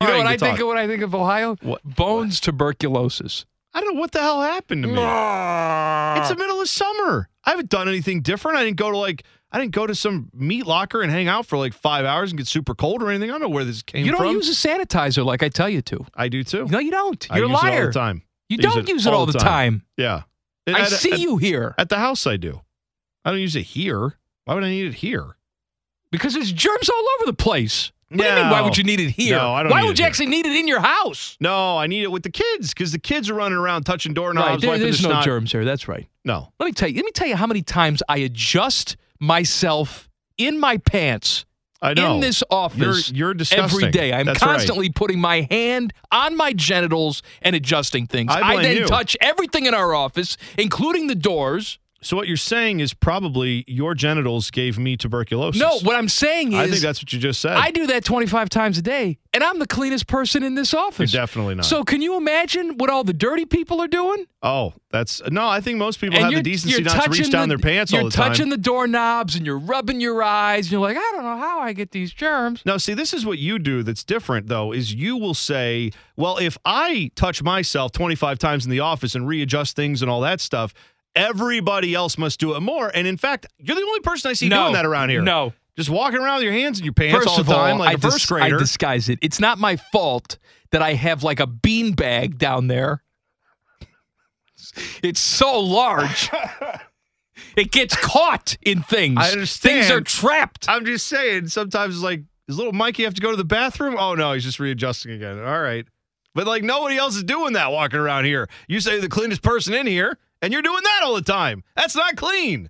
You know All right, what I good think talk. of when I think of Ohio? What? Bones tuberculosis. I don't know what the hell happened to me. It's the middle of summer. I haven't done anything different. I didn't go to like I didn't go to some meat locker and hang out for like five hours and get super cold or anything. I don't know where this came You don't from. use a sanitizer like I tell you to. I do too. No, you don't. I You're a use it all liar. the time. You I don't use it all the time. Yeah. I At- see at- you here at the house. I do. I don't use it here. Why would I need it here? because there's germs all over the place. What do you mean? Why No. would you need it here? No, I don't why need would it you here. actually need it in your house? No, I need it with the kids because the kids are running around touching doorknobs. right, there- wiping there's the no snot. germs here. That's right. No. Let me tell you. Let me tell you how many times I adjust myself in my pants I know. in this office You're, you're disgusting. every day. I'm That's right. constantly putting my hand on my genitals and adjusting things. I blame then you. touch everything in our office, including the doors. So what you're saying is probably your genitals gave me tuberculosis. No, what I'm saying is I think that's what you just said. I do that 25 times a day, and I'm the cleanest person in this office. You're definitely not. So can you imagine what all the dirty people are doing? oh, that's no. I think most people and have you're, the decency you're not to touching reach down the- their pants you're all the time. touching the doorknobs, and you're rubbing your eyes, and you're like, I don't know how I get these germs. No, see, this is what you do that's different, though, is you will say, well, if I touch myself 25 times in the office and readjust things and all that stuff, everybody else must do it more. And in fact, you're the only person I see No. doing that around here. No. Just walking around with your hands in your pants First all the of time all, like I a first dis- I grader. disguise it. It's not my fault that I have like a beanbag down there. It's so large. it gets caught in things. I understand. Things are trapped. I'm just saying, sometimes it's like, is little Mikey have to go to the bathroom? Oh, no, he's just readjusting again. All right. But like nobody else is doing that walking around here. You say the cleanest person in here, and you're doing that all the time. That's not clean.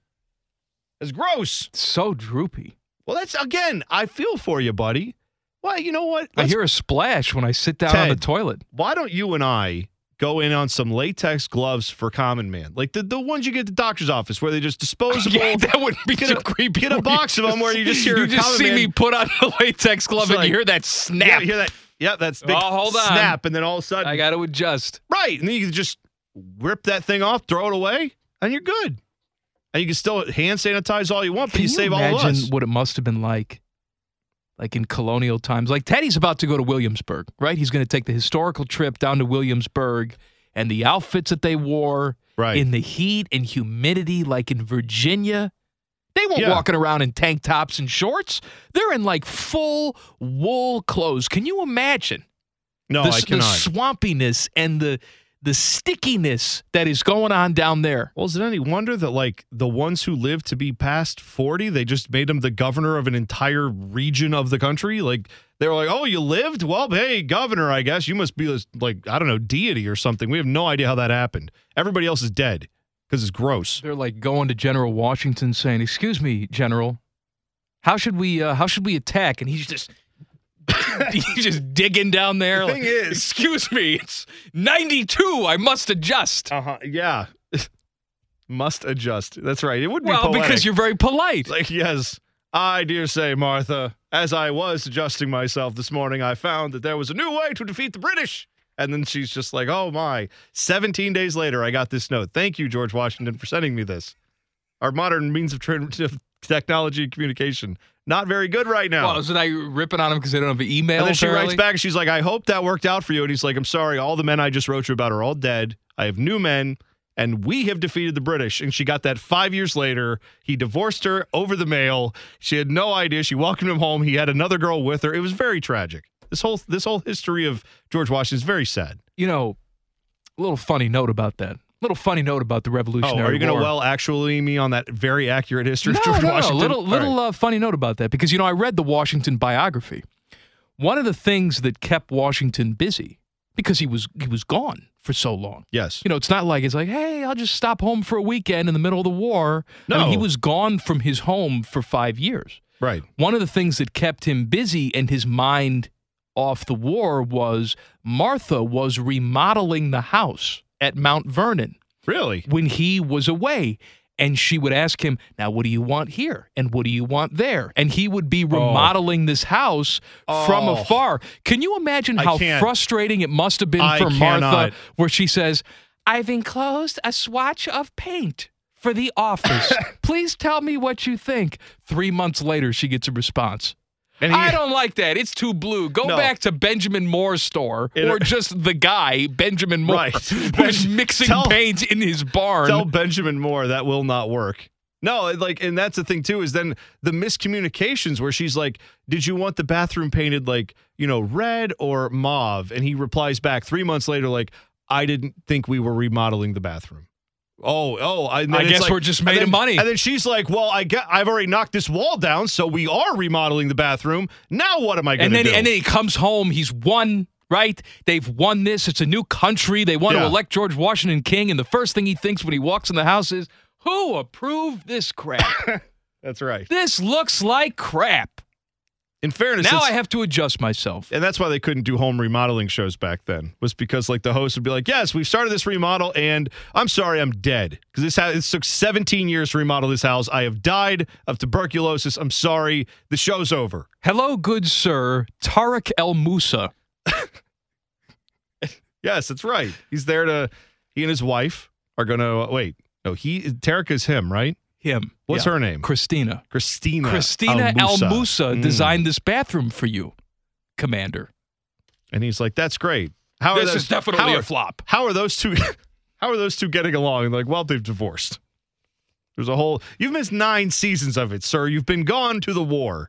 That's gross. so droopy. Well, that's again, I feel for you, buddy. Well, you know what? I Let's- hear a splash when I sit down on the Ted. toilet. Why don't you and I go in on some latex gloves for common man? Like the, the ones you get at the doctor's office where they just disposable. Yeah, that would be Get too a- creepy. get a when box of 'em where you just hear You a just common see man- me put on a latex glove It's and like- you hear that yeah, snap. you hear that? Yeah, that's the Oh, hold on. snap, and then all of a sudden, I got to adjust. right, and then you can just rip that thing off, throw it away, and you're good. And you can still hand sanitize all you want, but Can you, you save imagine all of us. what it must have been like, like in colonial times? Like Teddy's about to go to Williamsburg, right? He's going to take the historical trip down to Williamsburg, and the outfits that they wore Right. in the heat and humidity, like in Virginia. They weren't Yeah. walking around in tank tops and shorts. They're in like full wool clothes. Can you imagine no, the, I s- the cannot. swampiness and the the stickiness that is going on down there? Well, is it any wonder that like the ones who live to be past 40, they just made him the governor of an entire region of the country? Like they were like, "Oh, you lived? Well, hey, governor, I guess you must be this like I don't know, deity or something." We have no idea how that happened. Everybody else is dead because it's gross. They're like going to General Washington saying, "Excuse me, General, how should we uh, how should we attack?" And he's just he's just digging down there. The thing is- excuse me, it's ninety two. I must adjust. Uh-huh. Yeah. Must adjust. That's right. It would be well, poetic. because you're very polite. Like, yes, I dare say, Martha, as I was adjusting myself this morning, I found that there was a new way to defeat the British. And then she's just like, oh my. 17 days later, I got this note. Thank you, George Washington, for sending me this. Our modern means of, tra- of technology and communication, not very good right now. Well, so now you're ripping on him because they don't have an email. and then she writes apparently? back, she's like, I hope that worked out for you. And he's like, I'm sorry, all the men I just wrote you about are all dead. I have new men, and we have defeated the British. And she got that five years later. He divorced her over the mail. She had no idea. She welcomed him home. He had another girl with her. It was very tragic. This whole this whole history of George Washington is very sad. You know, a little funny note about that. Little funny note about the Oh, Revolutionary are you going to War. well actually me on that very accurate history no, of George no, Washington? no. Little All little right. uh, funny note about that because you know I read the Washington biography. One of the things that kept Washington busy because he was he was gone for so long. yes. You know, it's not like it's like, hey, I'll just stop home for a weekend in the middle of the war. I mean, No. he was gone from his home for five years. Right. One of the things that kept him busy and his mind off the war was Martha was remodeling the house at Mount Vernon Really? when he was away. And she would ask him, Now, what do you want here? And what do you want there? And he would be remodeling this house from Oh. afar. Can you imagine I how can't. frustrating it must have been I for cannot. Martha, where she says, I've enclosed a swatch of paint for the office. Please tell me what you think. Three months later, she gets a response. And I don't like that. It's too blue. Go No. back to Benjamin Moore's store It- or just the guy, Benjamin Moore, Right. who's Ben- mixing tell- paint in his barn. Tell Benjamin Moore that will not work. No, it, like, and that's the thing too is then the miscommunications where she's like, "Did you want the bathroom painted like you know red or mauve?" And he replies back three months later, like, "I didn't think we were remodeling the bathroom." Oh, oh, and then I it's guess like- we're just and made of then- money. And then she's like, "Well, I got, I've already knocked this wall down, so we are remodeling the bathroom. Now what am I going and to do?" then and then he comes home. He's won, right? They've won this. It's a new country. They want Yeah. to elect George Washington king. And the first thing he thinks when he walks in the house is, "Who approved this crap? that's right. this looks like crap." In fairness, Now it's- I have to adjust myself. and that's why they couldn't do home remodeling shows back then was because like the host would be like yes we've started this remodel and i'm sorry i'm dead because this house it took 17 years to remodel this house i have died of tuberculosis i'm sorry the show's over Hello, good sir, Tariq El Musa. yes that's right he's there to he and his wife are gonna wait no he tarek is him right Him. what's her name Christina. christina Christina Al Al-Musa. Musa Mm. designed this bathroom for you, Commander. and and he's like that's great how are this those, is definitely how a are- flop. how are those two how are those two getting along like well they've divorced there's a whole you've missed nine seasons of it sir you've been gone to the war